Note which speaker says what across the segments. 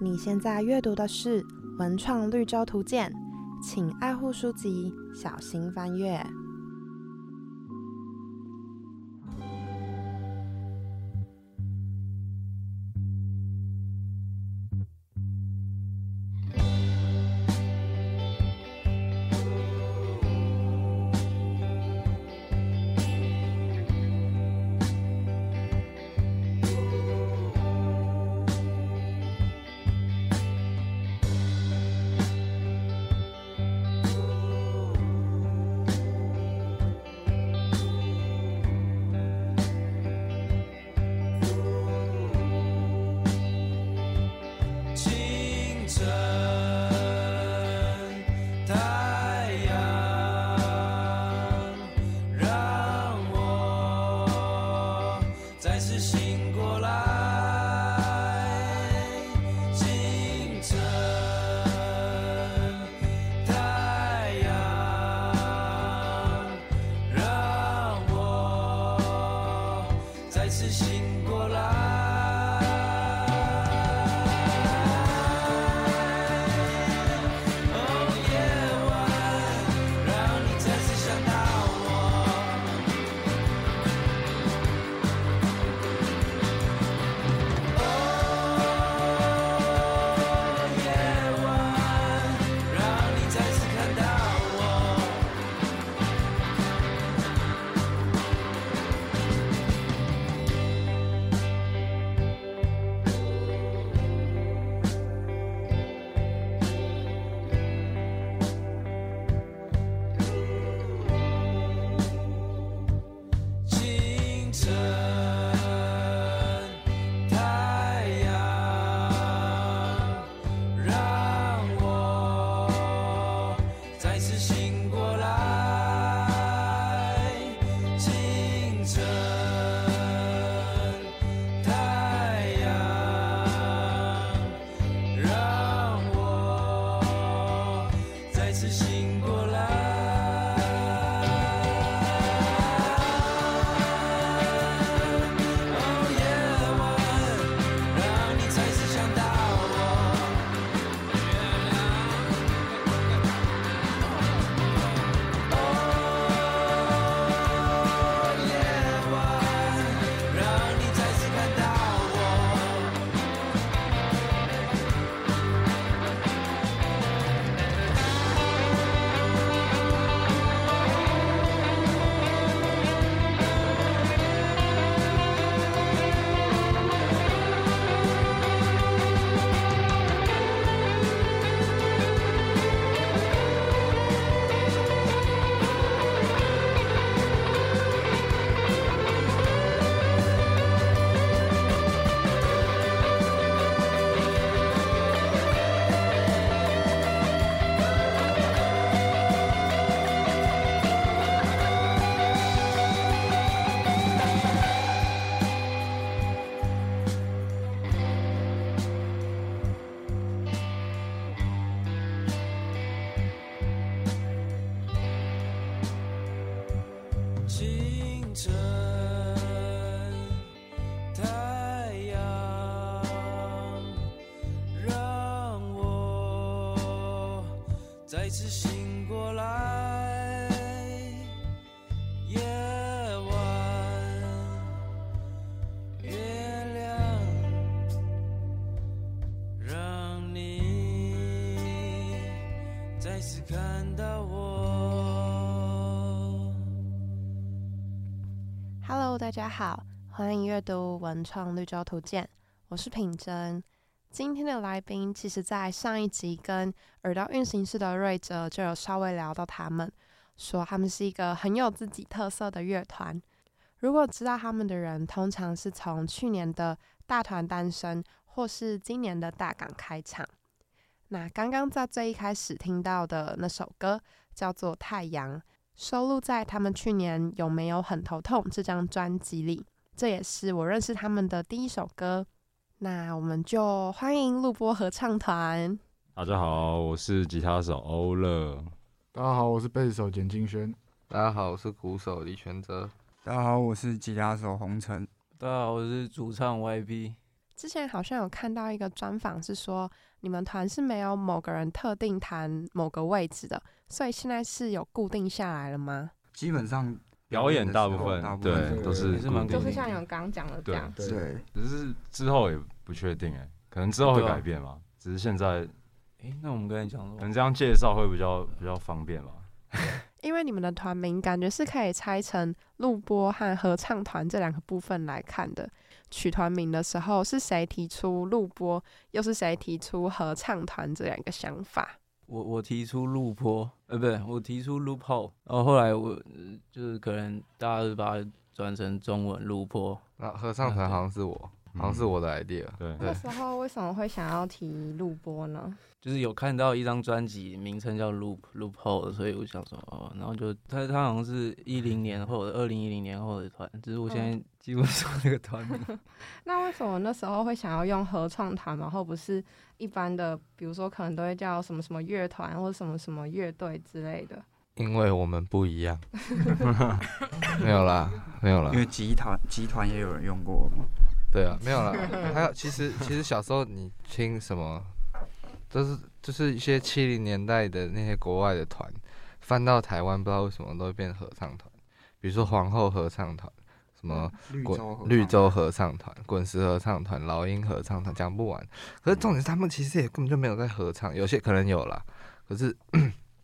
Speaker 1: 你现在阅读的是《文创绿洲图鉴》，请爱护书籍，小心翻阅。
Speaker 2: 清晨，太阳，让我再次醒过来。清晨，太阳，让我再次醒过来。哦，夜晚，让你再次想到我。哦，夜晚，让你再次看到我。清晨，太阳，让我再次醒过来。清晨，太阳，让我再次醒过来。哦，夜晚，让你再次想到我。哦，夜晚，让你再次看到我。清晨，太阳，让我再次醒过来。夜晚，月亮，让你再次看到我。
Speaker 1: Hello，大家好，欢迎阅读《文创绿洲图鉴》，我是品珍。今天的来宾，其实在上一集跟耳道运行室的瑞哲就有稍微聊到他们，说他们是一个很有自己特色的乐团。如果知道他们的人，通常是从去年的大团单身，或是今年的大港开场。那刚刚在最一开始听到的那首歌叫做《太阳》，收录在他们去年《有没有很头痛》这张专辑里，这也是我认识他们的第一首歌。那我们就欢迎录播合唱团。
Speaker 3: 大家好，我是吉他手欧乐。
Speaker 4: 大家好，我是贝斯手简金轩。
Speaker 5: 大家好，我是鼓手李全哲。
Speaker 6: 大家好，我是吉他手红尘。
Speaker 2: 啊
Speaker 7: 大家好，我是主唱 YB。
Speaker 8: 之前好像有看到一个专访是说，你们团是没有某个人特定弹某个位置的，所以现在是有固定下来了吗？
Speaker 5: 基本上
Speaker 3: 表演大部
Speaker 5: 分
Speaker 3: 分
Speaker 5: 大部
Speaker 3: 对
Speaker 4: 对
Speaker 3: 都是
Speaker 5: 也是蛮
Speaker 3: 固
Speaker 1: 就
Speaker 3: 定
Speaker 5: 多
Speaker 1: 是
Speaker 5: 的
Speaker 1: 像你们刚刚讲的这样，
Speaker 4: 对
Speaker 5: 对，
Speaker 3: 只是之后也不确定哎、可能之后会
Speaker 5: 对啊
Speaker 3: 改变吧。只是现在
Speaker 5: 哎，那我们刚才讲
Speaker 3: 可
Speaker 5: 什
Speaker 3: 能
Speaker 5: 么？
Speaker 3: 这样介绍会比较比较方便吧。
Speaker 8: 因为你们的团名感觉是可以拆成录播和合唱团这两个部分来看的。取团名的时候是谁提出录播，又是谁提出合唱团这两个想法？
Speaker 2: 我我提出录坡，呃，不对，我提出 loophole，然后后来我呃就是可能大家就把它转成中文录坡，
Speaker 5: 那合唱团好像是我，
Speaker 3: 嗯
Speaker 5: 好像是我的 idea。
Speaker 3: 对，
Speaker 1: 那时候为什么会想要提录播呢？
Speaker 2: 就是有看到一张专辑名称叫 loop loophole，所以我想说哦，然后就他他好像是一零年后的，二零一零年后的团，只是我现在记不住那个团名。
Speaker 1: 那为什么那时候会想要用合唱团，然后不是一般的，比如说可能都会叫什么什么乐团或者什么什么乐队之类的？
Speaker 5: 因为我们不一样。没有啦，没有啦
Speaker 6: 因。为集团集团也有人用过嘛。
Speaker 5: 对啊，没有啦。还有，其实其实小时候你听什么，都是就是一些七零年代的那些国外的团，翻到台湾不知道为什么都会变合唱团，比如说皇后合唱团，什么
Speaker 6: 绿
Speaker 5: 滚
Speaker 6: 洲
Speaker 5: 绿洲合唱团、滚石合唱团、老鹰合唱团，讲不完。可是重点是他们其实也根本就没有在合唱，有些可能有啦，可是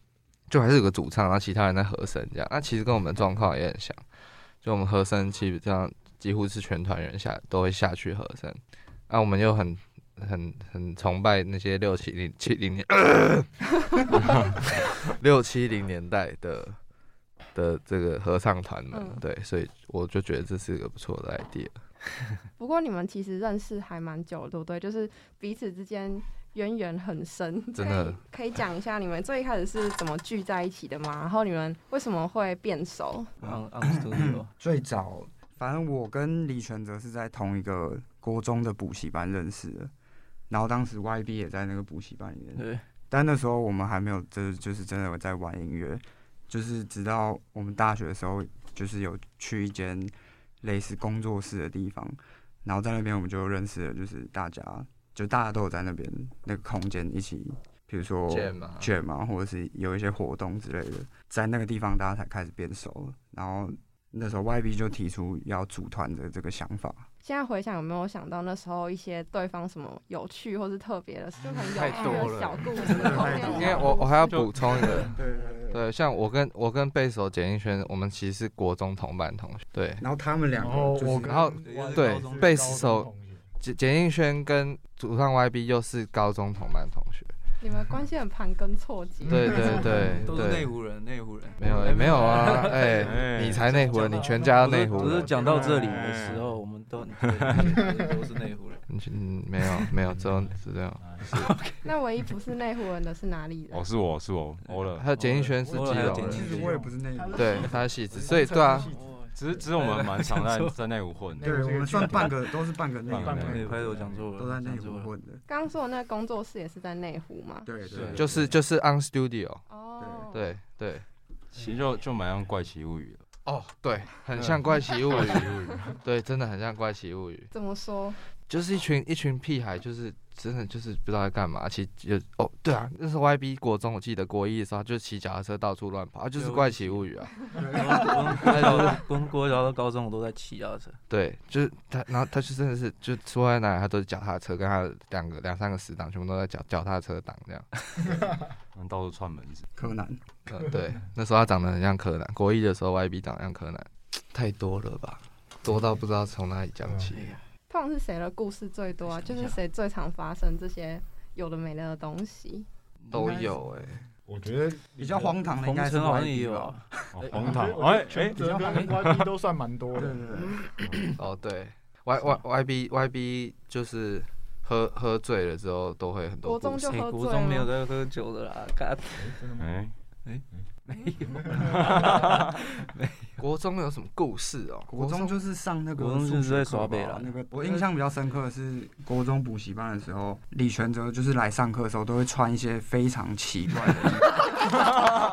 Speaker 5: 就还是有个主唱，然后其他人在和声这样。那其实跟我们的状况也很像，就我们和声基本上几乎是全团员下都会下去和声。那、我们又很很很崇拜那些六七零七零年 六七零年代的。的这个合唱团们，
Speaker 1: 嗯
Speaker 5: 对，所以我就觉得这是一个不错的 idea。
Speaker 1: 不过你们其实认识还蛮久的，对不对？就是彼此之间渊源很深，
Speaker 5: 真的
Speaker 1: 可以可以讲一下你们最一开始是怎么聚在一起的吗？然后你们为什么会变熟？
Speaker 2: on on 嗯 studio，
Speaker 6: 最早，反正我跟李全哲是在同一个国中的补习班认识的，然后当时 YB 也在那个补习班里面，
Speaker 2: 对，
Speaker 6: 但那时候我们还没有就是就是真的有在玩音乐，就是直到我们大学的时候，就是有去一间类似工作室的地方，然后在那边我们就认识了，就是大家就大家都有在那边那个空间一起，比如说
Speaker 5: Jam 啊
Speaker 6: 卷嘛，或者是有一些活动之类的，在那个地方大家才开始变熟了。然后那时候 YB 就提出要组团的这个想法，
Speaker 1: 现在回想有没有想到那时候一些对方什么有趣或是特别的，就很
Speaker 5: 太
Speaker 1: 有
Speaker 5: 多
Speaker 1: 趣的
Speaker 5: 了
Speaker 1: 小 故事？后面
Speaker 5: 因为我我还要补充一个，
Speaker 6: 对对对。
Speaker 5: 对，像我跟我跟贝手简映轩，我们其实是国中同班同学。对，
Speaker 6: 然后他们两
Speaker 4: 然后
Speaker 6: 个就
Speaker 4: 我
Speaker 6: 是
Speaker 4: 跟
Speaker 5: 然后对贝斯手
Speaker 4: 同学
Speaker 5: 简简映轩跟主唱 YB 又是高中同班同学。
Speaker 1: 你们关系很盘根错节。
Speaker 5: 对对 对
Speaker 2: 都是内
Speaker 5: 对，
Speaker 2: 湖人，内湖人。
Speaker 5: 没有哎没有啊，哎，
Speaker 3: 哎
Speaker 5: 你才内湖人，你全家
Speaker 2: 我
Speaker 5: 都内湖
Speaker 2: 只是
Speaker 5: 人。
Speaker 2: 讲到这里的时候，我们 都对都是内湖人。
Speaker 5: 你去嗯，没有没有，只有只有。
Speaker 1: 那唯一不是内湖人的是哪里人？
Speaker 3: 哦，是我是我欧了，
Speaker 5: 呃还有简映轩是
Speaker 2: 偶尔
Speaker 5: 基
Speaker 2: 还有
Speaker 5: 隆
Speaker 2: 简
Speaker 5: 人
Speaker 2: 映，
Speaker 6: 其实我也不是那个，
Speaker 5: 对，他是戏子，所以对啊，
Speaker 3: 只是只是我们蛮常在在内湖混的，
Speaker 6: 对我们算半个都是半个内
Speaker 3: 半
Speaker 6: 个
Speaker 3: 个
Speaker 2: 对，
Speaker 3: 内
Speaker 2: 拍手讲座
Speaker 6: 都在内湖混的，
Speaker 1: 刚刚说的那个工作室也是在内湖嘛？
Speaker 6: 对
Speaker 3: 是
Speaker 6: 对，
Speaker 5: 就是就是 On Studio，
Speaker 1: 哦，
Speaker 5: 对对。
Speaker 3: 其实就就蛮像怪奇物语了。
Speaker 5: 哦，对，很像《怪奇物语》，对，真的很像《怪奇物语》。
Speaker 1: 怎么说？
Speaker 5: 就是一群一群屁孩，就是真的就是不知道在干嘛。骑就哦，对啊，那是 YB 国中，我记得国一的时候，他就骑脚踏车到处乱跑，啊就是
Speaker 2: 对
Speaker 5: 《
Speaker 2: 我
Speaker 5: 怪
Speaker 2: 也
Speaker 5: 奇
Speaker 2: 记
Speaker 5: 物语》啊。
Speaker 2: 我国小、我国小到高中我都在骑脚踏车，
Speaker 5: 对，就是他，然后他就真的是就说在哪里，他都是脚踏车，跟他的两个两三个死党全部都在脚脚踏车党 这样。
Speaker 3: 嗯到处串门子，
Speaker 6: 柯南，
Speaker 5: 嗯，对，那时候他长得很像柯南，国一的时候 YB 长得像柯南，太多了吧，多到不知道从哪里讲起。
Speaker 6: 嗯
Speaker 1: 通常是谁的故事最多啊？就是谁最常发生这些有的没的的东西。
Speaker 5: 都有哎、
Speaker 4: 我觉得
Speaker 6: 比较荒唐的应
Speaker 2: 红
Speaker 6: 该是
Speaker 2: 尘好像也
Speaker 6: YB
Speaker 2: 有
Speaker 6: 吧，
Speaker 2: 啊，
Speaker 3: 哦
Speaker 2: 哎
Speaker 3: 荒唐
Speaker 4: 我觉得
Speaker 3: 哎哎
Speaker 4: 全，责跟 YB 都算蛮多
Speaker 6: 对
Speaker 4: 的。
Speaker 6: 对对。
Speaker 5: 哦，对，Y Y Y B Y B 就是喝喝醉了之后都会很多
Speaker 1: 国
Speaker 5: 故
Speaker 1: 中
Speaker 5: 事
Speaker 1: 就。喝
Speaker 2: 谁国
Speaker 1: 醉
Speaker 2: 中没有
Speaker 1: 了，
Speaker 2: 在喝酒的啦？干
Speaker 3: 哎，
Speaker 2: 没有，哦
Speaker 5: 国中有什么故事哦？
Speaker 6: 国中就是上那个
Speaker 2: 国中就是
Speaker 6: 数
Speaker 2: 在
Speaker 6: 学课
Speaker 2: 耍
Speaker 6: 吧
Speaker 2: 北啦
Speaker 6: 那个我印象比较深刻的是国中补习班的时候，李全哲就是来上课的时候都会穿一些非常奇怪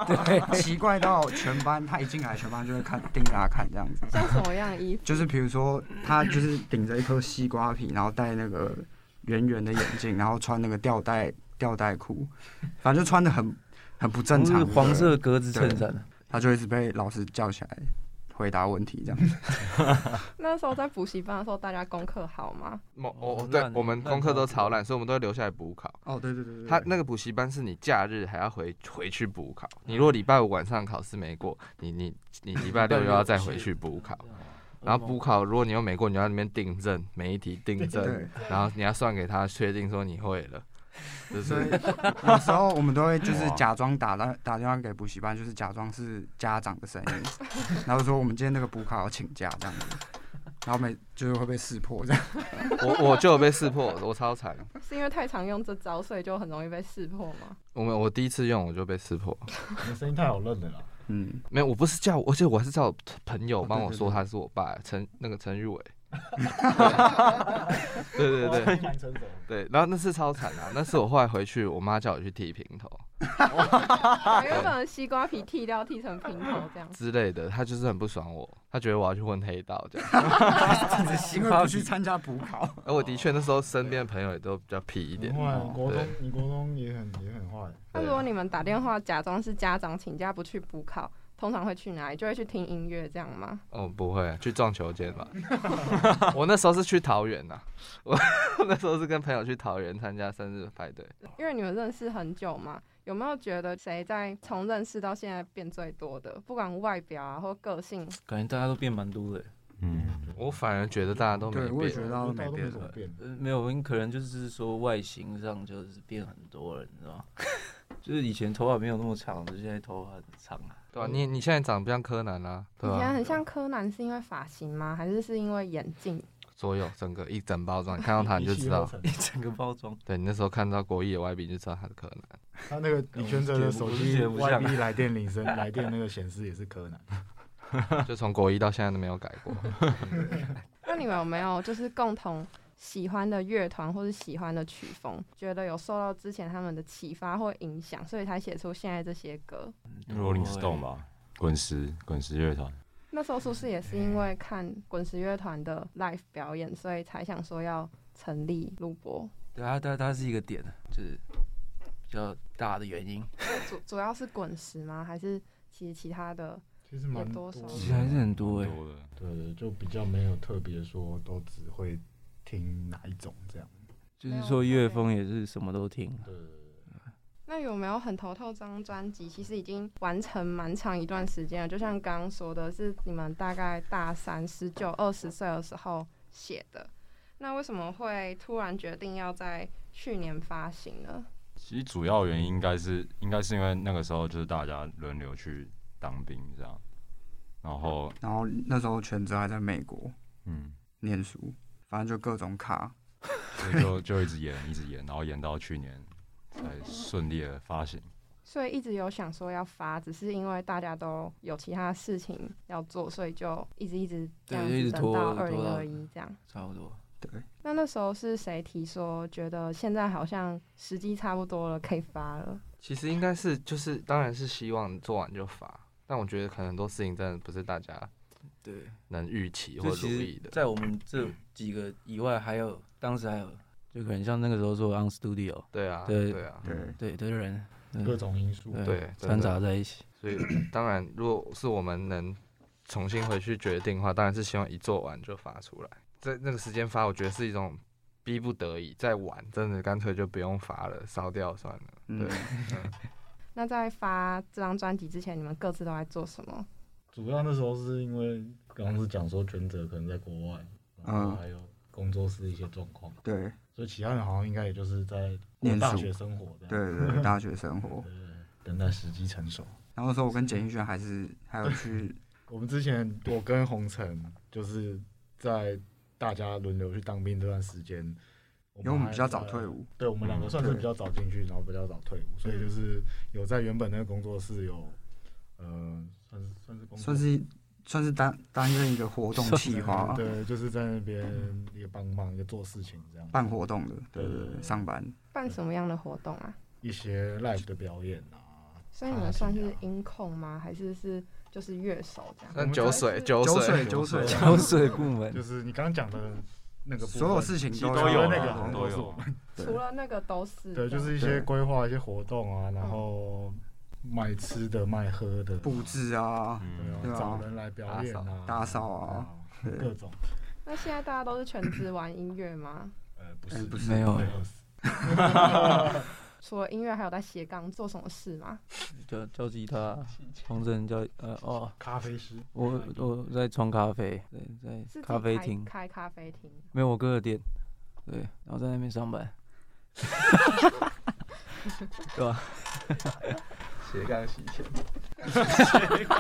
Speaker 6: 的衣服， 奇怪到全班他一进来，全班就会看盯着他看这样子。
Speaker 1: 像什么样的衣服？
Speaker 6: 就是比如说，他就是顶着一颗西瓜皮，然后戴那个圆圆的眼镜，然后穿那个吊带吊带裤，反正就穿的很很不 正常
Speaker 2: 是
Speaker 6: 的。
Speaker 2: 黄色格子衬衫，啊
Speaker 6: 他就一直被老师叫起来回答问题这样。
Speaker 1: 那时候在补习班的时候，大家功课好吗？
Speaker 5: 我
Speaker 2: 哦
Speaker 5: 我对
Speaker 2: 烂
Speaker 5: 我们
Speaker 2: 烂
Speaker 5: 功课
Speaker 2: 到
Speaker 5: 都
Speaker 2: 不
Speaker 5: 超
Speaker 2: 行
Speaker 5: 烂，所以我们都会留下来补考。
Speaker 6: 哦，对对对对
Speaker 5: 他那个补习班是你假日还要回回去补考，你如果礼拜五晚上考试没过，你你 你礼拜六又要再回去补考，然后补考如果你又没过，你要在那边订正每一题订正，
Speaker 6: 对，
Speaker 5: 然后你要算给他确定说你会了，就
Speaker 6: 所以
Speaker 5: 是
Speaker 6: 有时候我们都会 就是
Speaker 3: 哇
Speaker 6: 假装打打打电话给补习班，就是假装是家长的声音，然后说我们今天那个补考要请假这样子，然后每就是会被识破这样。
Speaker 5: 我我就有被识破，我超惨。
Speaker 1: 是因为太常用这招，所以就很容易被识破吗？
Speaker 5: 我们我第一次用我就被识破，
Speaker 4: 你的声音太好认了啦。
Speaker 6: 嗯，
Speaker 5: 没有，我不是叫我，而且我还是叫我朋友
Speaker 6: 哦
Speaker 5: 帮
Speaker 6: 对
Speaker 5: 我
Speaker 6: 对
Speaker 5: 说
Speaker 6: 对
Speaker 5: 他是我爸，陈那个陈玉 伟。对对对对
Speaker 4: 男成熟，
Speaker 5: 对，然后那次超惨啊！那 次我后来回去，我妈叫我去剃平头
Speaker 1: 把原本的西瓜皮剃掉，剃成平头这样。
Speaker 5: 之类的，她就是很不爽我，她觉得我要去混黑道这 样。
Speaker 6: 因为不去参加补考，
Speaker 5: 而我的确那时候身边的朋友也都比较痞一点，
Speaker 6: 哦
Speaker 4: 很坏。国中
Speaker 5: 对，
Speaker 4: 你国中也很也很坏。
Speaker 1: 那如果你们打电话假装是家长请假不去补考，通常会去哪里？就会去听音乐这样吗？
Speaker 5: 哦不会去撞球间吧？ 我那时候是去桃园呐、我 那时候是跟朋友去桃园参加生日派对。
Speaker 1: 因为你们认识很久嘛，有没有觉得谁在从认识到现在变最多的？不管外表啊或个性，
Speaker 2: 感觉大家都变蛮多的。欸
Speaker 3: 嗯，
Speaker 5: 我反而觉得大家都没
Speaker 6: 对我也觉
Speaker 5: 变，
Speaker 6: 得
Speaker 4: 到
Speaker 6: 到没变
Speaker 4: 怎么变。
Speaker 2: 呃，没有，可能就是说外形上就是变很多了，你知道吗？ 就是以前头发没有那么长，就现在头发很长啊。
Speaker 5: 对吧、你你现在长得不像柯南啦、对啊
Speaker 1: 以
Speaker 5: 吧、
Speaker 1: 前很像柯南，是因为发型吗？还是是因为眼镜？
Speaker 5: 所有整个一整包装，你看到他啊你就知道。
Speaker 2: 一整个包装，
Speaker 5: 对你那时候看到国一的外币就知道他是柯南。
Speaker 4: 他那个李全哲的手
Speaker 2: 我是
Speaker 4: 机
Speaker 2: 觉得不像
Speaker 4: YB 来电铃声，来电那个显示也是柯南。
Speaker 5: 就从国一到现在都没有改过。
Speaker 1: 那你们有没有就是共同喜欢的乐团或是喜欢的曲风？觉得有受到之前他们的启发或影响，所以才写出现在这些歌？
Speaker 3: Rolling
Speaker 2: 欸
Speaker 3: Stone 吧，滚石滚石乐团，
Speaker 1: 那时候是不是也是因为看滚石乐团的 live 表演，所以才想说要成立录播？
Speaker 2: 对啊，它它它是一个点，就是比较大的原因。
Speaker 1: 主主要是滚石吗？还是其实其他的？
Speaker 4: 其实蛮
Speaker 1: 有多少
Speaker 2: 其实还是很多哎、
Speaker 3: 多的
Speaker 4: 对对，就比较没有特别说都只会听哪一种这样。
Speaker 2: 就是说乐风也是什么都听。
Speaker 4: 对，
Speaker 1: 那有没有很头痛？这张专辑其实已经完成蛮长一段时间了，就像刚刚说的，是你们大概大三、十九、二十岁的时候写的。那为什么会突然决定要在去年发行呢？
Speaker 3: 其实主要原因应该是应该是因为那个时候就是大家轮流去当兵这样，然后
Speaker 6: 然后那时候全职还在美国
Speaker 3: 嗯，
Speaker 6: 念书，反正就各种卡。
Speaker 3: 所以就就一直演一直演，然后演到去年才顺利的发行。
Speaker 1: 所以一直有想说要发，只是因为大家都有其他事情要做，所以就一直一直这样
Speaker 2: 对就一
Speaker 1: 子
Speaker 2: 直
Speaker 1: 等到
Speaker 2: 拖
Speaker 1: 二零
Speaker 2: 拖到
Speaker 1: 二一这样。
Speaker 2: 差不多。
Speaker 6: 对，
Speaker 1: 那那时候是谁提说觉得现在好像时机差不多了，可以发了？
Speaker 5: 其实应该是就是，当然是希望做完就发，但我觉得可能很多事情真的不是大家
Speaker 2: 对，
Speaker 5: 能预期
Speaker 2: 就
Speaker 5: 或如
Speaker 2: 其
Speaker 5: 意
Speaker 2: 实，
Speaker 5: 的。
Speaker 2: 在我们这几个以外，还有当时还有，就可能像那个时候做 On Studio，
Speaker 5: 对啊，
Speaker 2: 对
Speaker 5: 对啊，
Speaker 6: 对，
Speaker 2: 对的人，嗯
Speaker 4: 各种因素。
Speaker 5: 对
Speaker 2: 对
Speaker 5: 真的
Speaker 2: 掺杂在一 起。
Speaker 5: 所以当然，如果是我们能重新回去决定的话，当然是希望一做完就发出来。在那个时间发，我觉得是一种逼不得已，再晚真的干脆就不用发了，烧掉算了。
Speaker 6: 嗯，
Speaker 1: 那在发这张专辑之前，你们各自都在做什么？
Speaker 4: 主要那时候是因为刚刚是讲说全哲可能在国外，然后
Speaker 6: 嗯
Speaker 4: 还有工作室一些状况，
Speaker 6: 对
Speaker 4: 所以其他人好像应该也就是在过
Speaker 6: 念书
Speaker 4: 大学生活这样。
Speaker 6: 对对，大学生活。
Speaker 4: 对，对等待时机成熟。
Speaker 6: 然后那时候我跟简逸轩还是还有 去，
Speaker 4: 我们之前我跟洪晨就是在大家轮流去当兵这段时间，
Speaker 6: 因为我们比较早
Speaker 4: 还在
Speaker 6: 退伍，
Speaker 4: 对我们两个算是比较早进去，然后比较早退伍，所以就是有在原本那个工作室有，呃，算是算是工作
Speaker 6: 算是算是担担任一个活动企划吧，
Speaker 4: 对，就是在那边一个帮忙，一个做事情这样，
Speaker 6: 办活动的，
Speaker 4: 对
Speaker 6: 对对
Speaker 4: 对
Speaker 6: 对，
Speaker 4: 对
Speaker 1: 嗯
Speaker 6: 上班。
Speaker 1: 办什么样的活动啊？
Speaker 4: 一些 live 的表演啊，
Speaker 1: 所以你们算是音控吗？还是是就是乐手这样？
Speaker 5: 那酒水酒
Speaker 6: 酒水
Speaker 5: 水
Speaker 6: 酒水，
Speaker 2: 桥水部门
Speaker 4: 就，是你刚刚讲的那个部分
Speaker 6: 所有事啊情
Speaker 3: 其实
Speaker 6: 都
Speaker 3: 都有
Speaker 2: 啊
Speaker 4: 那个
Speaker 3: 啦
Speaker 4: 好像
Speaker 3: 都
Speaker 4: 都是我
Speaker 3: 有。
Speaker 1: 除了那个都是
Speaker 4: 对，就是一些规划、一些活动啊，然后卖吃的、卖喝的，
Speaker 6: 布置啊，
Speaker 3: 嗯
Speaker 4: 对
Speaker 6: 对
Speaker 4: 啊，
Speaker 6: 啊
Speaker 4: 找人来表演啊，
Speaker 6: 打扫啊，
Speaker 4: 对
Speaker 6: 对
Speaker 4: 各种。
Speaker 1: 那现在大家都是全职玩音乐 吗？
Speaker 4: 呃，不
Speaker 6: 哎
Speaker 4: 是，
Speaker 6: 不是
Speaker 2: 没有
Speaker 4: 对
Speaker 2: 欸，
Speaker 1: 除了音乐，还有在斜杠做什么事吗？
Speaker 2: 教教吉他， 从政教呃哦，
Speaker 4: 咖啡师，
Speaker 2: 我我在冲咖啡，对，
Speaker 1: 是自己
Speaker 2: 在咖啡
Speaker 1: 开
Speaker 2: 厅，
Speaker 1: 开咖啡厅，
Speaker 2: 没有我哥的店，对，然后在那边上班，对吧、
Speaker 5: 斜杠洗钱，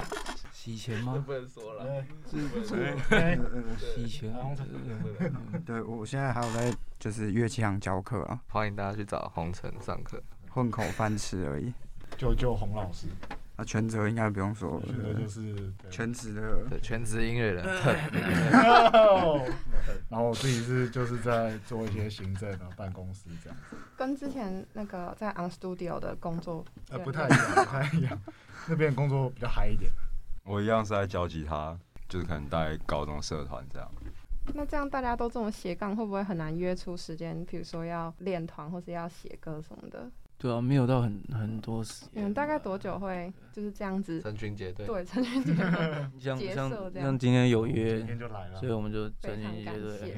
Speaker 2: 洗钱 吗？
Speaker 5: 不能说了。
Speaker 4: 哎
Speaker 6: 对
Speaker 4: 哎
Speaker 6: 对对
Speaker 2: 洗钱，
Speaker 4: 然后才
Speaker 2: 呃
Speaker 6: 呃对，我现在还有在就是乐器行教课啊，
Speaker 5: 欢迎大家去找红尘上课。
Speaker 6: 混口饭吃而已。
Speaker 4: 就就洪老师，
Speaker 6: 啊，全责应该不用说了，
Speaker 4: 觉得就是对
Speaker 6: 全职的，
Speaker 5: 对，全职音乐人特别
Speaker 4: 然后我自己是就是在做一些行政啊、办公室这样，
Speaker 1: 跟之前那个在 On Studio 的工作
Speaker 4: 呃，
Speaker 1: 对
Speaker 4: 不太一样，不太一样。那边工作比较嗨一点，
Speaker 3: 我一样是在教吉他，就是可能带高中社团这样。
Speaker 1: 那这样大家都这么斜杠，会不会很难约出时间？比如说要练团，或是要写歌什么的。
Speaker 2: 对啊，没有到很很多时间吧。
Speaker 1: 你嗯们大概多久会就是这样子？
Speaker 5: 成群结队。
Speaker 1: 对，成群结队。
Speaker 2: 像
Speaker 1: 结
Speaker 2: 像
Speaker 1: 社这样
Speaker 2: 像今天有
Speaker 4: 嗯今
Speaker 2: 约，
Speaker 4: 天就来了
Speaker 2: 所以。我们就
Speaker 1: 非
Speaker 2: 成
Speaker 1: 常
Speaker 2: 群结
Speaker 1: 感
Speaker 2: 队
Speaker 1: 谢。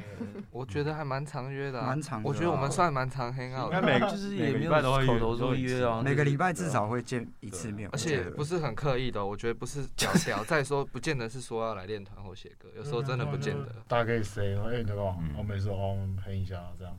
Speaker 5: 我觉得还蛮常约的啊，
Speaker 6: 蛮长的啊
Speaker 5: 我觉得我们算蛮常 hang out
Speaker 3: 应该每
Speaker 5: 的，
Speaker 3: 个
Speaker 2: 就是
Speaker 3: 每
Speaker 2: 也
Speaker 3: 个
Speaker 2: 没
Speaker 3: 礼
Speaker 2: 有
Speaker 3: 拜都会
Speaker 2: 口
Speaker 3: 约
Speaker 2: 头
Speaker 3: 都
Speaker 2: 说
Speaker 3: 会
Speaker 2: 约
Speaker 3: 吃
Speaker 2: 啊，
Speaker 6: 每个礼拜
Speaker 3: 对啊
Speaker 6: 至少会见一次面，
Speaker 5: 啊而
Speaker 6: 我
Speaker 5: 且
Speaker 6: 觉得
Speaker 5: 不是很刻意的哦。我觉得不是讲笑，再说不见得是说要来练团或写歌，有时候真的不见得。
Speaker 4: 大概谁？哎，你知道吗
Speaker 3: 嗯？
Speaker 4: 我每次哦，我们喷一下这样，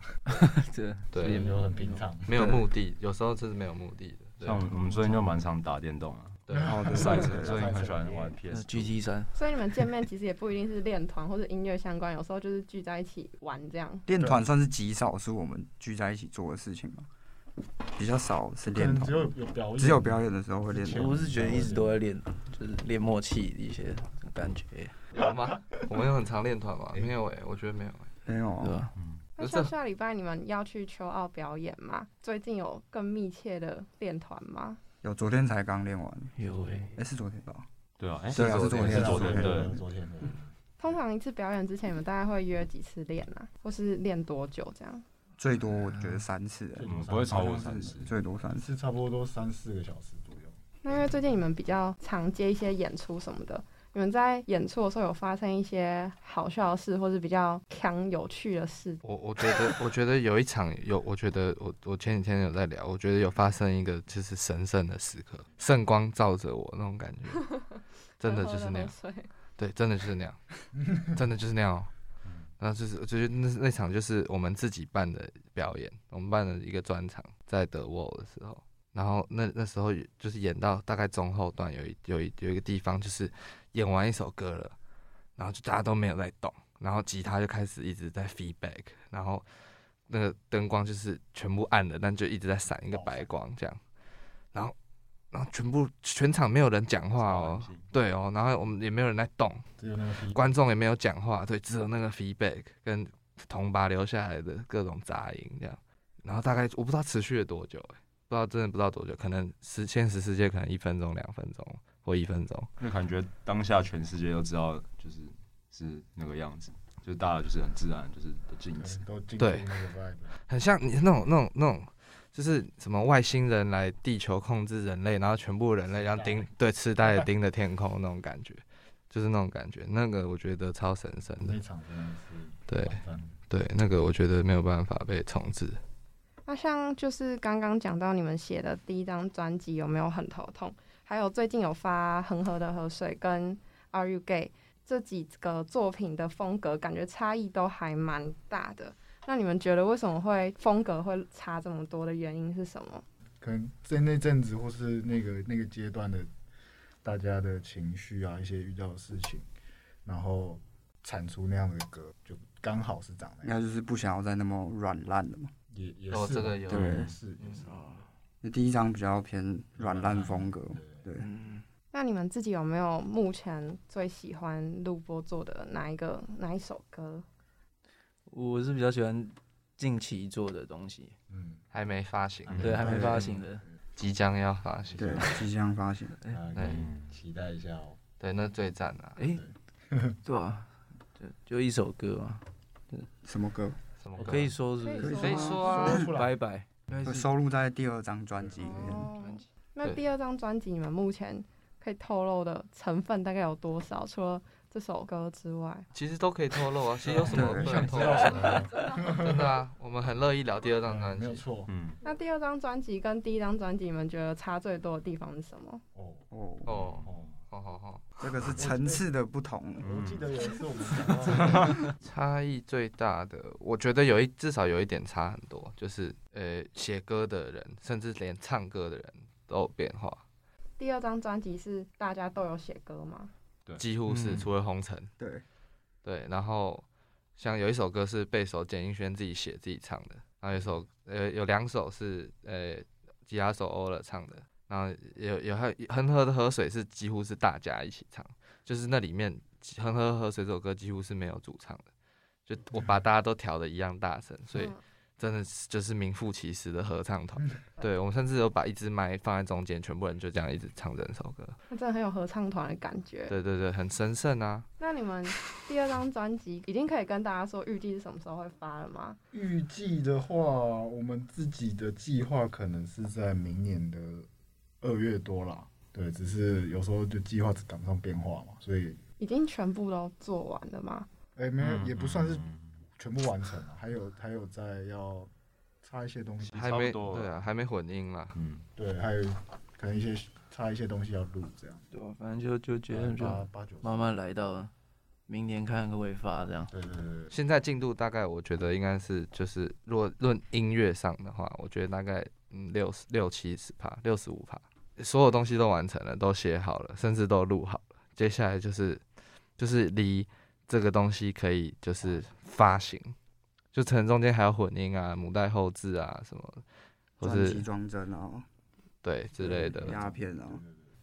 Speaker 2: 对，
Speaker 5: 对
Speaker 4: 也没有很平常。
Speaker 5: 没有目的，有时候真是没有目的的。
Speaker 3: 像我
Speaker 5: 对
Speaker 3: 们我们最近就蛮常打电动啊，
Speaker 5: 对，
Speaker 6: 哦对
Speaker 3: 赛
Speaker 6: 对
Speaker 3: 车，
Speaker 6: 对
Speaker 3: 最
Speaker 6: 对
Speaker 3: 近很喜欢玩 PS。
Speaker 2: GT 三，
Speaker 1: 所以你们见面其实也不一定是练团或者音乐相关，有时候就是聚在一起玩这样。
Speaker 6: 练团算是极少数我们聚在一起做的事情吧，比较少是
Speaker 4: 可
Speaker 6: 练
Speaker 4: 能只
Speaker 6: 团，
Speaker 4: 有有表演，
Speaker 6: 只有表演的时候会练团。
Speaker 2: 我是觉得一直都在练，就是练默契的一些感觉，
Speaker 5: 有吗？我们有很常练团吗？没有哎，我觉得没有哎。
Speaker 6: 没有
Speaker 2: 对
Speaker 3: 哦
Speaker 6: 啊，
Speaker 2: 吧？
Speaker 3: 嗯
Speaker 1: 那
Speaker 5: 不是
Speaker 1: 下下礼拜你们要去秋奥表演吗？最近有更密切的练团吗？
Speaker 6: 有昨天才刚练完，
Speaker 2: 有诶，
Speaker 6: 哎是昨天吧？
Speaker 3: 对啊，哎，
Speaker 6: 对啊，是昨
Speaker 3: 是
Speaker 6: 天，啊
Speaker 3: 昨
Speaker 4: 昨
Speaker 3: 天
Speaker 4: 天
Speaker 3: 对
Speaker 4: 昨天的。
Speaker 1: 通常一次表演之前，你们大概会约几次练啊？或是练多久这样？
Speaker 6: 最多我觉得三次，哎
Speaker 4: 对
Speaker 3: 嗯，不会超过
Speaker 6: 好
Speaker 3: 三
Speaker 6: 像
Speaker 3: 十
Speaker 6: 是。最多三次。
Speaker 4: 是差不多三四个小时左右。
Speaker 1: 那因为最近你们比较常接一些演出什么的，你们在演出的时候有发生一些好笑的事，或是比较强有趣的事？
Speaker 5: 我我觉得，我觉得有一场有，我觉得我我前几天有在聊，我觉得有发生一个就是神圣的时刻，圣光照着我那种感觉，真的就是那样，
Speaker 1: 喝了喝水
Speaker 5: 对，真的就是那样，真的就是那样哦、
Speaker 3: 嗯
Speaker 5: 然后就是就是那那场就是我们自己办的表演，我们办了一个专场，在德沃的时候，然后那那时候也就是演到大概中后段有一有一有一个地方就是演完一首歌了，然后就大家都没有在动，然后吉他就开始一直在 feedback，然后那个灯光就是全部暗的，但就一直在闪一个白光这样，然后然后全部全场没有人讲话哦
Speaker 3: 超安静，
Speaker 5: 对哦，然后我们也没有人在动，
Speaker 4: 只有那个 P
Speaker 5: 观众也没有讲话，对，只有那个 feedback 跟铜把留下来的各种杂音这样。然后大概我不知道持续了多久、欸，不知道真的不知道多久，可能实现实世界可能一分钟、两分钟或一分钟。
Speaker 3: 就感觉当下全世界都知道，就是是那个样子，就是大家就是很自然，就是的镜子。
Speaker 4: 都进入
Speaker 5: 对
Speaker 4: 那个 vibe，
Speaker 5: 很像你那种那种那种，就是什么外星人来地球控制人类，然后全部人类让盯对痴呆的盯着天空那种感觉，就是那种感觉。那个我觉得超神圣
Speaker 4: 那
Speaker 5: 的
Speaker 4: 一，场真的是
Speaker 5: 对
Speaker 4: 完蛋
Speaker 5: 对，那个我觉得没有办法被重置。
Speaker 1: 那像就是刚刚讲到你们写的第一张专辑有没有很头痛？还有最近有发《恒河的河水》跟《Are You Gay》这几个作品的风格，感觉差异都还蛮大的。那你们觉得为什么会风格会差这么多的原因是什么？
Speaker 4: 可能在那阵子或是那个那个阶段的大家的情绪啊，一些遇到的事情，然后产出那样的歌，就刚好是长那
Speaker 6: 应
Speaker 4: 样，
Speaker 6: 该就是不想要再那么软烂了嘛。
Speaker 4: 也也
Speaker 5: 哦
Speaker 4: 是
Speaker 5: 这
Speaker 4: 吧
Speaker 5: 个有
Speaker 4: 对
Speaker 6: 对
Speaker 4: 也是也是
Speaker 6: 那第一张比较偏软烂风格，
Speaker 5: 嗯
Speaker 6: 对，
Speaker 2: 嗯
Speaker 1: 那你们自己有没有目前最喜欢录播做的哪一个哪一首歌？
Speaker 2: 我是比较喜欢近期做的东西，
Speaker 4: 嗯，
Speaker 5: 还没发行，
Speaker 3: 嗯
Speaker 2: 对，还没发行的，
Speaker 5: 即将要发行。
Speaker 6: 对，即将发行。
Speaker 4: 啊，可以期待一下哦。
Speaker 5: 对，那最赞了、啊。
Speaker 2: 哎，对啊，就就一首歌嘛，
Speaker 6: 什么歌？
Speaker 5: 什么
Speaker 2: 我
Speaker 5: 歌
Speaker 2: 嗯
Speaker 5: 啊？
Speaker 2: 可以说是
Speaker 1: 可
Speaker 2: 不
Speaker 1: 以
Speaker 2: 是？
Speaker 5: 谁说啊？
Speaker 4: 说出来
Speaker 2: 拜拜，应该
Speaker 6: 会
Speaker 2: 是
Speaker 6: 收录在第二张专辑里面。
Speaker 1: 哦，那
Speaker 5: 对
Speaker 1: 第二张专辑你们目前可以透露的成分大概有多少？除了这首歌之外，
Speaker 5: 其实都可以透露啊，其实有什么不能透露
Speaker 4: 对想知
Speaker 5: 的？真的啊，我们很乐意聊第二
Speaker 4: 嗯
Speaker 5: 张专
Speaker 4: 没有
Speaker 5: 辑。
Speaker 4: 错
Speaker 3: 嗯，
Speaker 1: 那第二张专辑跟第一张专辑，你们觉得差最多的地方是什么？
Speaker 4: 哦
Speaker 6: 哦，
Speaker 5: 哦，
Speaker 4: 哦。
Speaker 5: 好好好，
Speaker 6: 这个是层次的不同。
Speaker 4: 我记得有一次我们讲到，
Speaker 5: 差异最大的，我觉得有一至少有一点差很多，就是呃，写歌的人，甚至连唱歌的人都有变化，
Speaker 1: 第二张专辑是大家都有写歌吗？
Speaker 5: 几乎是
Speaker 6: 嗯
Speaker 5: 除了红尘。
Speaker 6: 对，
Speaker 5: 对，然后像有一首歌是贝手简映轩自己写自己唱的，然后有一首呃有两首是呃吉他手欧了唱的，然后有有还有恒河的河水是几乎是大家一起唱，就是那里面恒河的河水这首歌几乎是没有主唱的，就我把
Speaker 3: 嗯
Speaker 5: 大家都调的一样大声，所以
Speaker 1: 嗯
Speaker 5: 真的是就是名副其实的合唱
Speaker 3: 嗯
Speaker 5: 团。对我们甚至有把一支麦放在中间，全部人就这样一直唱整首歌。
Speaker 1: 那真的很有合唱团的感觉。
Speaker 5: 对对对，很神圣啊。
Speaker 1: 那你们第二张专辑已经可以跟大家说预计是什么时候会发了吗？
Speaker 4: 预计的话，我们自己的计划可能是在明年的二月多啦。对，只是有时候就计划只赶不上变化嘛，所以
Speaker 1: 已经全部都做完了吗？
Speaker 4: 哎、没有
Speaker 3: 嗯
Speaker 4: 也不算是
Speaker 3: 嗯
Speaker 4: 全部完成了，还有还有在要差一些东西，
Speaker 5: 还
Speaker 3: 差不
Speaker 5: 没
Speaker 3: 多
Speaker 5: 对啊，还没混音啦。
Speaker 3: 嗯，
Speaker 4: 对，还有可能一些差一些东西要录这样。
Speaker 2: 对啊，反正就就觉得就
Speaker 4: 八八九十，
Speaker 2: 慢慢来到明年看会不会发这样。
Speaker 4: 对对对对，
Speaker 5: 现在进度大概我觉得应该是就是，如果论音乐上的话，我觉得大概嗯六十六七十趴，六十五趴，所有东西都完成了，都写好了，甚至都录好了。接下来就是就是离这个东西可以就是发行，就可能中间还有混音啊、母带后置啊什么，或
Speaker 6: 专
Speaker 5: 是
Speaker 6: 辑装帧啊，
Speaker 5: 对之类的。
Speaker 6: 鸦片啊，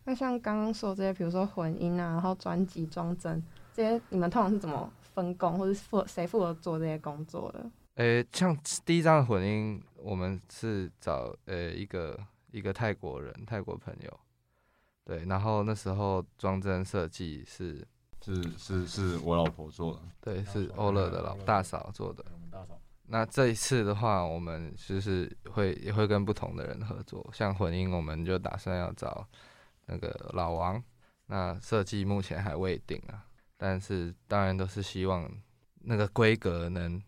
Speaker 1: 那像刚刚说这些，比如说混音啊，然后专辑装帧这些，你们通常是怎么分工，或者是负谁负责做这些工作的？
Speaker 5: 诶、呃像第一张的混音，我们是找呃一个一个泰国人，泰国朋友，对，然后那时候装帧设计是，
Speaker 3: 是是是我老婆做的，
Speaker 5: 对，是
Speaker 4: 大嫂
Speaker 5: 欧乐的老
Speaker 4: 欧乐
Speaker 5: 大嫂做的
Speaker 4: 对。我们大嫂，
Speaker 5: 那这一次的话，我们就是会也会跟不同的人合作，像混音，我们就打算要找那个老王，那设计目前还未定啊，但是当然都是希望那个规格能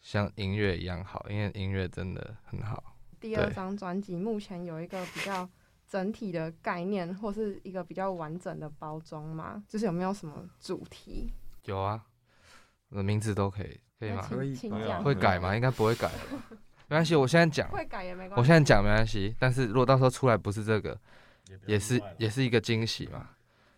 Speaker 5: 像音乐一样好，因为音乐真的很好。
Speaker 1: 第二
Speaker 5: 对
Speaker 1: 张专辑目前有一个比较整体的概念，或是一个比较完整的包装吗？就是有没有什么主题？
Speaker 5: 有啊，我的名字都可以，可以
Speaker 1: 那
Speaker 5: 吗？
Speaker 6: 可
Speaker 1: 请
Speaker 6: 以
Speaker 1: 请
Speaker 3: 可以啊
Speaker 1: 讲。
Speaker 5: 会改吗？？应该不会改吧。没关系，我现在讲，
Speaker 1: 会改也没关系。
Speaker 5: 我现在讲没关系。但是如果到时候出来不是这个，
Speaker 4: 不要
Speaker 5: 也是
Speaker 4: 意外了
Speaker 5: 也是一个惊喜嘛。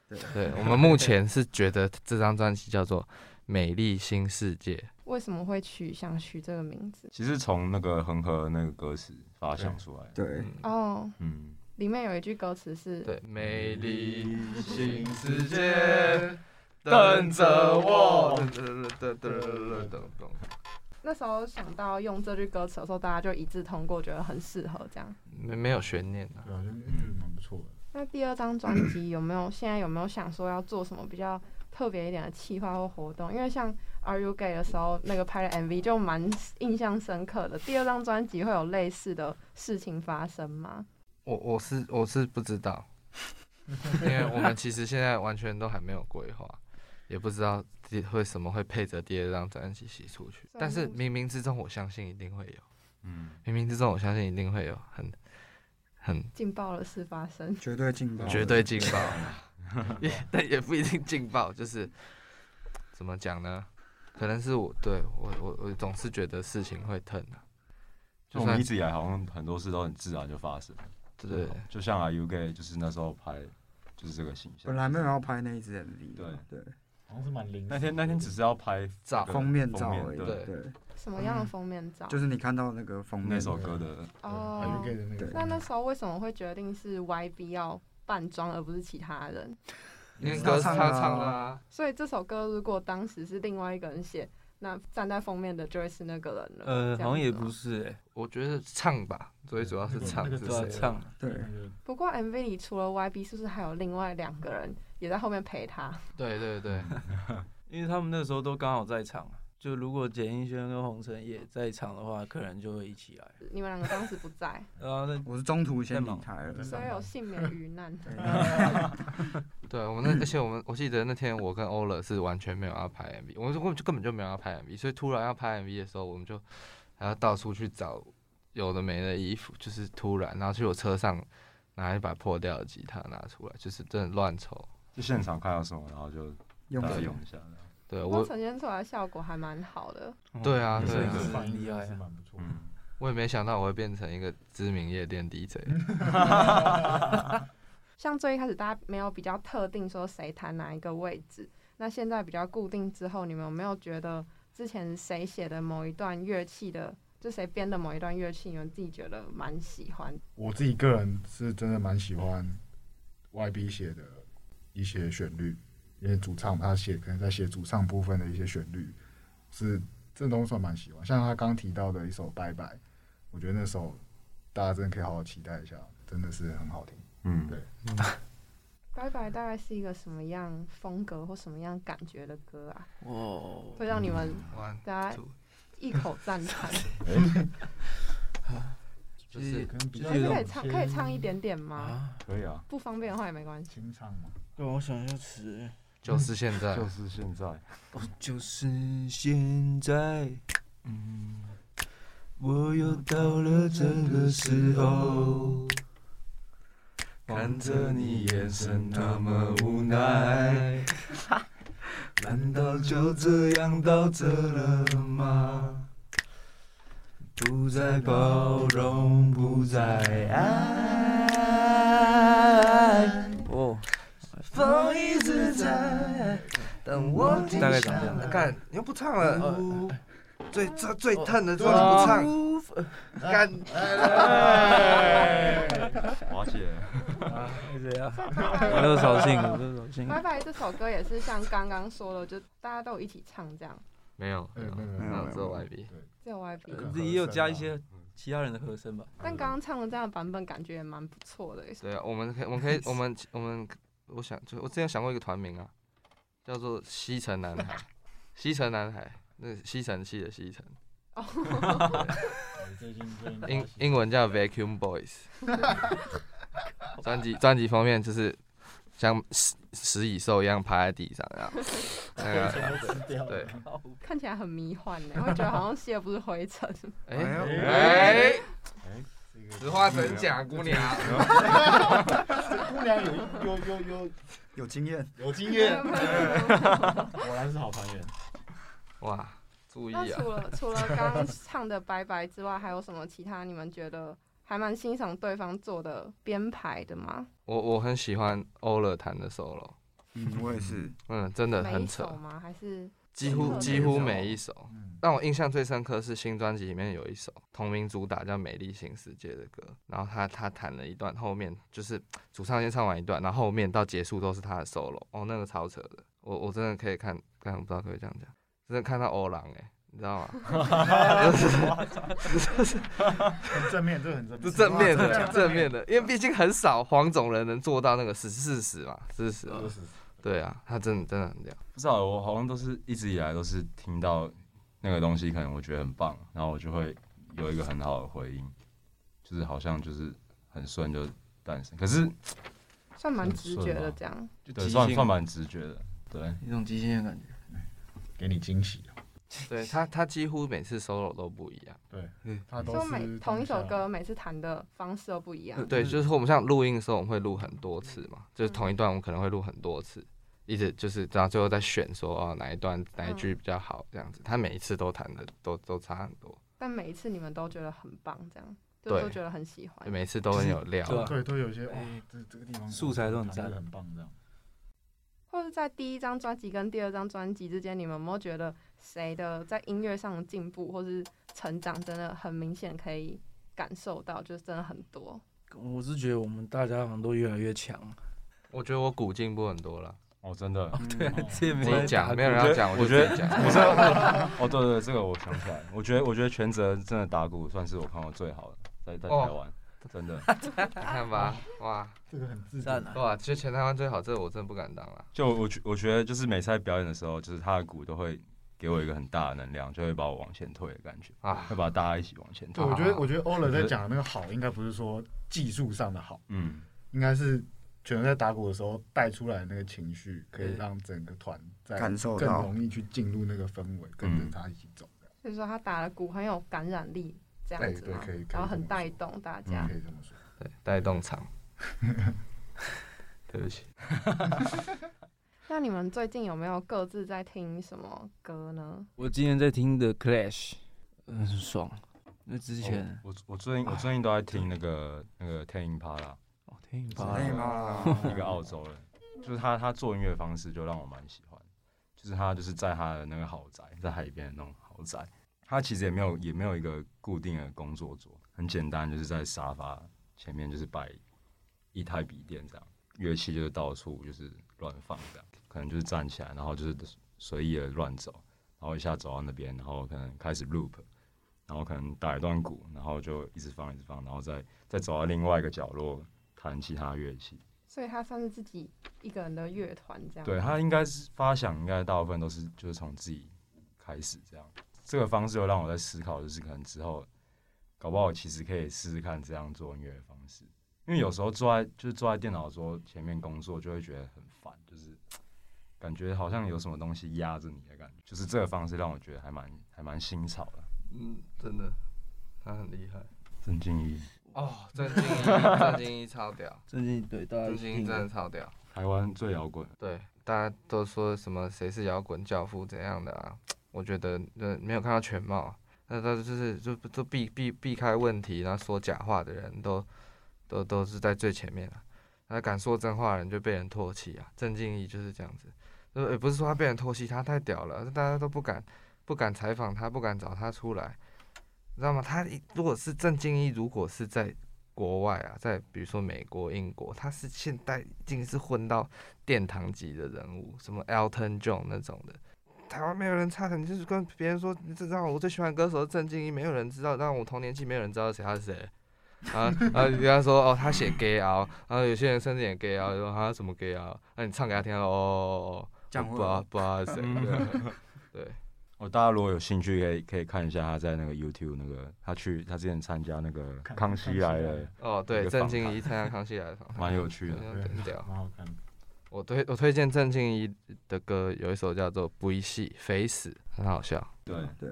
Speaker 6: 对
Speaker 5: 对，我们目前是觉得这张专辑叫做《美丽新世界》，
Speaker 1: 为什么会取想取这个名字？
Speaker 3: 其实从那个恒河那个歌词发想出来的，
Speaker 6: 对，
Speaker 5: 嗯，
Speaker 1: 哦、
Speaker 3: 嗯，
Speaker 1: 里面有一句歌词是
Speaker 5: 对，美丽
Speaker 3: 新
Speaker 5: 世界等着我。噔噔噔噔噔噔噔
Speaker 1: 那时候想到用这句歌词的时候，大家就一致通过，觉得很适合这样。
Speaker 5: 没没有悬念啊。
Speaker 4: 对啊，就觉得蛮不错的。
Speaker 1: 那第二张 专辑有没有现在有没有想说要做什么比较特别一点的企划或活动？因为像《Are You Gay》的时候，那个拍的 MV 就蛮印象深刻的。第二张专辑会有类似的事情发生吗？
Speaker 5: 我我是我是不知道，因为我们其实现在完全都还没有规划，也不知道第会什么会配着第二张专辑洗出去。但是冥冥之中，我相信一定会有。
Speaker 3: 嗯，
Speaker 5: 冥冥之中，我相信一定会有，很很
Speaker 1: 劲爆的事发生，
Speaker 6: 绝对啊劲爆，
Speaker 5: 绝对劲爆，也但也不一定劲爆，就是怎么讲呢？可能是我对我我我总是觉得事情会疼啊的、
Speaker 3: 就
Speaker 5: 就
Speaker 3: 我们
Speaker 5: 算
Speaker 3: 一直以来好像很多事都很自然就发生了，
Speaker 5: 对
Speaker 3: 就像啊 U K 就是那时候拍就是这个形象，
Speaker 6: 本来没有要拍那一支 MV，
Speaker 3: 对
Speaker 6: 嘛对，
Speaker 4: 好像是蛮灵。
Speaker 3: 那天那天只是要拍
Speaker 5: 照
Speaker 3: 那个
Speaker 6: 封面照
Speaker 3: 封
Speaker 6: 而已，
Speaker 3: 对，
Speaker 6: 对，
Speaker 1: 什么样的封面照？
Speaker 6: 嗯就是你看到那个封面
Speaker 3: 那首歌的
Speaker 1: 哦、
Speaker 4: 还有 gay 的那个，啊
Speaker 1: 那那时候为什么会决定是 YB 要扮装而不是其他人？
Speaker 5: 因为歌是他唱的啊，
Speaker 1: 所以这首歌如果当时是另外一个人写，那站在封面的就会是那个人了。
Speaker 2: 呃，
Speaker 1: 这样子哦
Speaker 2: 好像也
Speaker 1: 吗
Speaker 2: 不是哎、
Speaker 5: 我觉得唱吧，最主要是唱
Speaker 4: 那个
Speaker 5: 是
Speaker 2: 对啊
Speaker 5: 谁？
Speaker 2: 唱
Speaker 6: 对
Speaker 4: 那个
Speaker 1: 不过 MV 里除了 YB，是不是还有另外两个人也在后面陪他？
Speaker 5: 对对对，
Speaker 2: 因为他们那时候都刚好在场，啊就如果简映轩跟洪晨也在场的话，可能就会一起来。
Speaker 1: 你们两个当时不在，
Speaker 2: 然后啊那
Speaker 6: 我是中途先
Speaker 2: 在
Speaker 6: 离
Speaker 2: 忙
Speaker 6: 开了，
Speaker 1: 所以有幸免于难。
Speaker 5: 对我们那，而且我们我记得那天我跟欧乐是完全没有要拍 MV，我们根本就根本就没有要拍 MV，所以突然要拍 MV 的时候，我们就还要到处去找有的没的衣服，就是突然，然后去我车上拿一把破掉的吉他拿出来，就是真的乱抽。
Speaker 3: 就现场看到什么，然后就
Speaker 6: 用
Speaker 3: 大家
Speaker 6: 起来
Speaker 3: 啊用一下。这样
Speaker 5: 对
Speaker 1: 不过
Speaker 5: 我
Speaker 1: 呈现出来的效果还蛮好的，
Speaker 5: 对啊
Speaker 3: 对啊
Speaker 2: 是
Speaker 4: 反
Speaker 2: 很
Speaker 4: 应
Speaker 2: 厉
Speaker 4: 真
Speaker 2: 害
Speaker 4: 的是
Speaker 2: 啊。
Speaker 4: 蛮不错的。
Speaker 3: 嗯，
Speaker 5: 我也没想到我会变成一个知名夜店 DJ，
Speaker 1: 像最一开始大家没有比较特定说谁弹哪一个位置，那现在比较固定之后，你们有没有觉得之前谁写的某一段乐器的，就谁编的某一段乐器，你们自己觉得蛮喜欢？
Speaker 4: 我自己个人是真的蛮喜欢 YB 写的一些旋律，因为主唱他写可能在写主唱部分的一些旋律，是这东西我蛮喜欢。像他刚提到的一首《拜拜》，我觉得那首大家真的可以好好期待一下，真的是很好听。
Speaker 3: 嗯，
Speaker 4: 对
Speaker 1: 拜拜大概是一个什么样风格或什么样感觉的歌啊？
Speaker 2: 哇，
Speaker 1: 会让你们
Speaker 5: 哇，
Speaker 1: 大家一口赞叹？
Speaker 5: 就
Speaker 2: 其
Speaker 5: 是
Speaker 2: 实
Speaker 4: 可能比较
Speaker 1: 还是可以
Speaker 4: 像
Speaker 1: 唱，
Speaker 4: 一些
Speaker 1: 可以唱一点点吗？
Speaker 2: 啊，
Speaker 3: 可以啊，
Speaker 1: 不方便的话也没关系。
Speaker 4: 清唱嘛，
Speaker 2: 让我想一下词，
Speaker 5: 就是现在
Speaker 3: 就，是现在，
Speaker 2: 哦，就是现在，嗯，我又到了这个时候，看着你眼神那么无 奈，难道就这样到这了吗？不再包容，不再爱，哦，风一直在。等我停大概长这样。
Speaker 5: 干你又不唱了，最最最疼的时
Speaker 4: 对啊
Speaker 5: 候你不唱，干
Speaker 3: 哎瓦姐，
Speaker 2: 对啊，我又扫 兴了，我又扫兴
Speaker 1: 拜。拜这首歌也是像刚刚说的，就大家都有一起唱这样，
Speaker 5: 没有没
Speaker 4: 对，
Speaker 5: 有
Speaker 4: 那
Speaker 6: 没
Speaker 4: 个
Speaker 6: 有
Speaker 5: 没有只有 YB，
Speaker 1: 只有 YB。
Speaker 2: 呃也有加一些其他人的和声吧。
Speaker 1: 但刚刚唱的这样的版本感觉也蛮不错的耶，
Speaker 5: 对啊，我们可以我们可以我们我们我想就我之前有想过一个团名啊，叫做西城男孩， 西城男孩，那个吸尘器的吸尘，
Speaker 4: 最近最近
Speaker 5: 英英文叫 Vacuum Boys，专辑专辑封面就是像食食蚁兽一样趴在地上， 然后那个
Speaker 4: 都吃掉
Speaker 5: 对
Speaker 4: 了。，
Speaker 1: 看起来很迷幻呢，会觉得好像吸的不是灰尘。
Speaker 5: 哎
Speaker 6: 哎呦
Speaker 5: 哎，
Speaker 4: 这个
Speaker 5: 此话怎讲，姑娘？
Speaker 4: 姑娘有有有有
Speaker 6: 有经验，
Speaker 4: 有经 验，果然是好团员。
Speaker 5: 哇，注意
Speaker 1: 那
Speaker 5: 啊
Speaker 1: 除！了 除了刚刚唱的《拜拜》之外，还有什么其他你们觉得还蛮欣赏对方做的编排的吗？
Speaker 5: 我我很喜欢欧乐弹的 solo，
Speaker 6: 嗯，我也是，
Speaker 5: 嗯，真的
Speaker 1: 每
Speaker 5: 很
Speaker 1: 一
Speaker 5: 扯
Speaker 1: 首，吗？还是
Speaker 5: 几
Speaker 1: 每
Speaker 5: 乎
Speaker 1: 一首每
Speaker 5: 几
Speaker 1: 一
Speaker 5: 乎
Speaker 1: 首
Speaker 5: 每一首。
Speaker 4: 嗯，
Speaker 5: 让我印象最深刻是新专辑里面有一首同名主打叫《美丽新世界》的歌，然后他他弹了一段，后面就是主唱先唱完一段，然后后面到结束都是他的 solo，哦，那个超扯的，我我真的可以看，但我不知道可不可以这样讲，真的看到欧郎哎，你知道 吗？
Speaker 4: 很正面，这个很正面，
Speaker 5: 是正面的，正面的，因为毕竟很少黄种人能做到那个是事实嘛，事实，
Speaker 4: 就是
Speaker 5: 对啊，他真的真的很屌，
Speaker 3: 不知道我好像都是一直以来都是听到那个东西，可能我觉得很棒，然后我就会有一个很好的回应，就是好像就是很顺就诞生，可是
Speaker 1: 算蛮
Speaker 3: 很
Speaker 1: 直
Speaker 3: 顺
Speaker 1: 觉
Speaker 3: 吧
Speaker 1: 的这样？
Speaker 3: 对算算蛮直觉的，对，
Speaker 2: 一种即兴的感觉。
Speaker 4: 给你惊喜。啊
Speaker 5: 对他他几乎每次 solo 都不一样。
Speaker 4: 对，
Speaker 2: 嗯
Speaker 4: 他都
Speaker 1: 说
Speaker 4: 是
Speaker 1: 每同一首歌每次弹的方式都不一样。
Speaker 5: 呃对，就是我们像录音的时候，我们会录很多次嘛，就是同一段我们可能会录很多次，一直就是到最后再选说啊哪一段哪一句比较好这样子。他每一次都弹的都都差很多，
Speaker 1: 但每一次你们都觉得很棒，这样就
Speaker 5: 对
Speaker 1: 都觉得很喜
Speaker 5: 就
Speaker 1: 欢。
Speaker 5: 每次都很有料。
Speaker 2: 对啊
Speaker 4: 对，都有一些哇
Speaker 2: 哎，
Speaker 4: 这这个地方
Speaker 2: 素材都很赞
Speaker 4: 弹得很棒，这样。
Speaker 1: 或者在第一张专辑跟第二张专辑之间，你们有没有觉得谁的在音乐上的进步或是成长真的很明显，可以感受到，就是真的很多。
Speaker 2: 我是觉得我们大家好像都越来越强，
Speaker 5: 我觉得我鼓进步很多了，
Speaker 3: 哦，真的，
Speaker 2: 对，
Speaker 4: 哦
Speaker 2: 这也没
Speaker 5: 自
Speaker 2: 人
Speaker 5: 己讲，没有人
Speaker 3: 我
Speaker 5: 要
Speaker 3: 觉得
Speaker 5: 讲，我
Speaker 3: 我
Speaker 5: 就
Speaker 3: 觉
Speaker 5: 自
Speaker 3: 得
Speaker 5: 己讲。
Speaker 3: 我知道。哦，对对对，这个我想起来。我觉得，我觉得全责真的打鼓算是我看过最好的，在在台湾，真的。
Speaker 5: 你看吧，哇
Speaker 4: 这个很自
Speaker 2: 赞
Speaker 4: 然。
Speaker 2: 啊！
Speaker 5: 哇，其实全台湾最好，这我真的不敢当了。
Speaker 3: 就我觉我觉得，就是每次在表演的时候，就是他的鼓都会给我一个很大的能量，就会把我往前推的感觉，
Speaker 5: 啊
Speaker 3: 会把大家一起往前推
Speaker 4: 对，。我觉得
Speaker 5: 啊
Speaker 4: 我觉得欧乐在讲的那个好，应该不是说技术上的好，
Speaker 3: 嗯，
Speaker 4: 应该是全在打鼓的时候带出来的那个情绪，可以让整个团在
Speaker 6: 感受
Speaker 4: 更
Speaker 6: 到
Speaker 4: 容易去进入那个氛围，跟
Speaker 3: 嗯
Speaker 4: 着他一起走。
Speaker 1: 所以说他打了鼓很有感染力，这样
Speaker 4: 哎
Speaker 1: 子
Speaker 4: 对
Speaker 1: 嘛
Speaker 4: 可以可以
Speaker 1: 然后
Speaker 4: 这
Speaker 1: 很
Speaker 4: 么
Speaker 1: 带
Speaker 4: 说嗯
Speaker 1: 动大家
Speaker 4: 可。以这么说。
Speaker 5: 对，带动场。 对不起，
Speaker 1: 那你们最近有没有各自在听什么歌呢？
Speaker 2: 我今天在听的 Clash，嗯，很爽。那之前
Speaker 3: 哦我我最近我最近都在听那个那个天音趴啦，
Speaker 2: 哦，听
Speaker 3: 啊
Speaker 2: 吧
Speaker 6: 哎，妈
Speaker 3: 一个澳洲人，就是他他做音乐的方式就让我蛮喜欢，就是他就是在他的那个豪宅，在海边的那种豪宅，他其实也没有也没有一个固定的工作桌，很简单，就是在沙发前面就是摆一台笔电这样，乐器就是到处就是乱放这样，可能就是站起来，然后就是随意的乱走，然后一下走到那边，然后可能开始 loop。然后可能打一段鼓，然后就一直放一直放，然后再再走到另外一个角落弹其他乐器，
Speaker 1: 所以他算是自己一个人的乐团这样。
Speaker 3: 对他应该是发想，应该大部分都是就是从自己开始这样。这个方式又让我在思考，就是可能之后搞不好其实可以试试看这样做音乐的方式，因为有时候坐在就是坐在电脑桌前面工作，就会觉得很烦，就是感觉好像有什么东西压着你的感觉。就是这个方式让我觉得还蛮还蛮新潮的。
Speaker 5: 嗯，真的，他很厉害
Speaker 3: 郑敬怡，
Speaker 5: 哦，郑敬一，郑敬一超屌，
Speaker 2: 最近对大家
Speaker 5: 郑敬
Speaker 2: 听
Speaker 5: 一真的
Speaker 2: 的
Speaker 5: 超屌。
Speaker 3: 台湾最摇滚，
Speaker 5: 对，大家都说什么谁是摇滚教父怎样的啊？我觉得呃没有看到全貌，那他就是就都避避避开问题，然后说假话的人都都都是在最前面啊。那敢说真话的人就被人唾弃啊。郑敬怡就是这样子，呃，也不是说他被人唾弃，他太屌了，大家都不敢不敢采访他，不敢找他出来，你知道吗？他一如果是郑敬怡，如果是在国外啊，在比如说美国、英国，他是现在已经是混到殿堂级的人物，什么 Elton John 那种的。台湾没有人差很，就是跟别人说，你知道我最喜欢的歌手是郑敬一，没有人知道，让我同年纪没有人知道谁他是谁。啊 啊！人家说哦，他写 gay 啊，然后有些人甚至也 gay 啊，说他什么 gay 啊，那、你唱给他听哦哦哦，
Speaker 6: 这样
Speaker 5: 不
Speaker 6: 会
Speaker 5: 知道不知道他是谁，对对，
Speaker 3: 哦，大家如果有兴趣，可以可以看一下他在那个 YouTube 那个他去他之前参加那个
Speaker 4: 看
Speaker 3: 康熙来
Speaker 4: 康熙来
Speaker 3: 了
Speaker 4: 了，
Speaker 5: 哦
Speaker 3: 一
Speaker 5: 对，
Speaker 3: 个
Speaker 5: 郑
Speaker 3: 访
Speaker 5: 敬
Speaker 3: 谈
Speaker 5: 一参加康熙来 的访谈，
Speaker 3: 蛮有趣的。
Speaker 5: 对
Speaker 4: 对
Speaker 5: 很屌。
Speaker 4: 蛮好看的。
Speaker 5: 我推我推荐郑敬一的歌，有一首叫做《不一戏》，肥死，很好笑。
Speaker 3: 对，
Speaker 6: 对，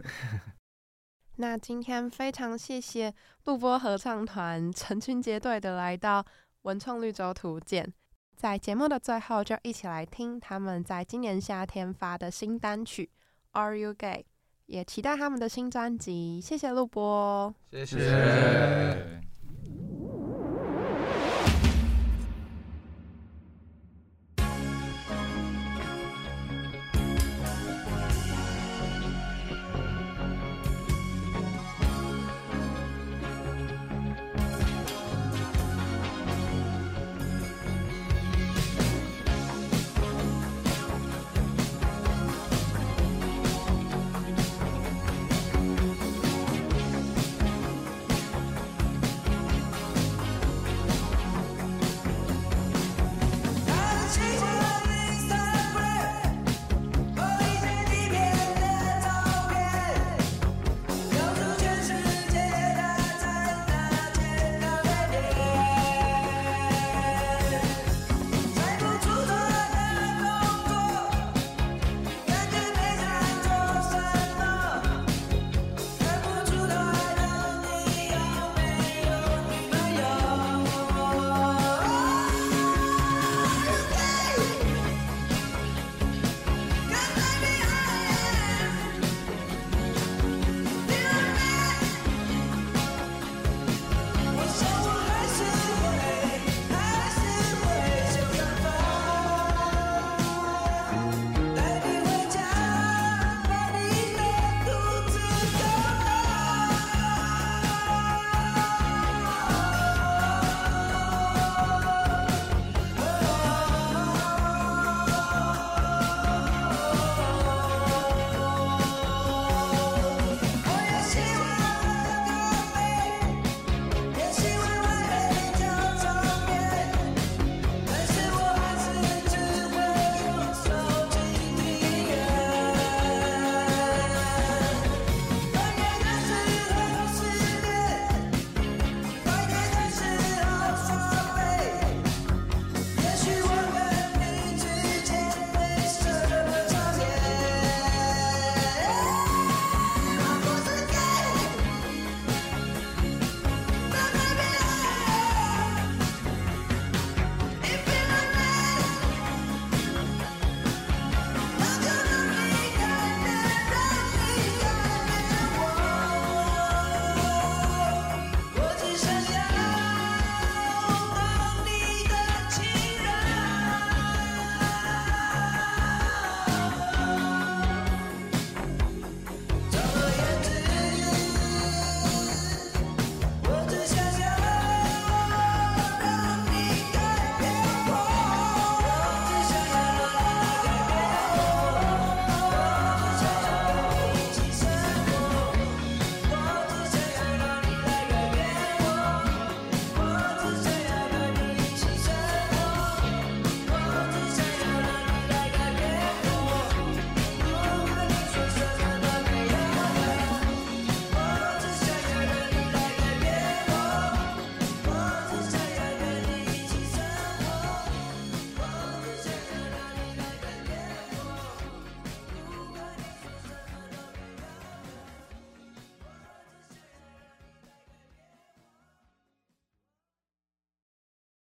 Speaker 8: 那今天非常谢谢录播合唱团成群结队的来到文创绿洲图鉴，在节目的最后就一起来听他们在今年夏天发的新单曲《Are You Gay》，也期待他们的新专辑。谢谢录播。
Speaker 5: 谢
Speaker 3: 谢谢。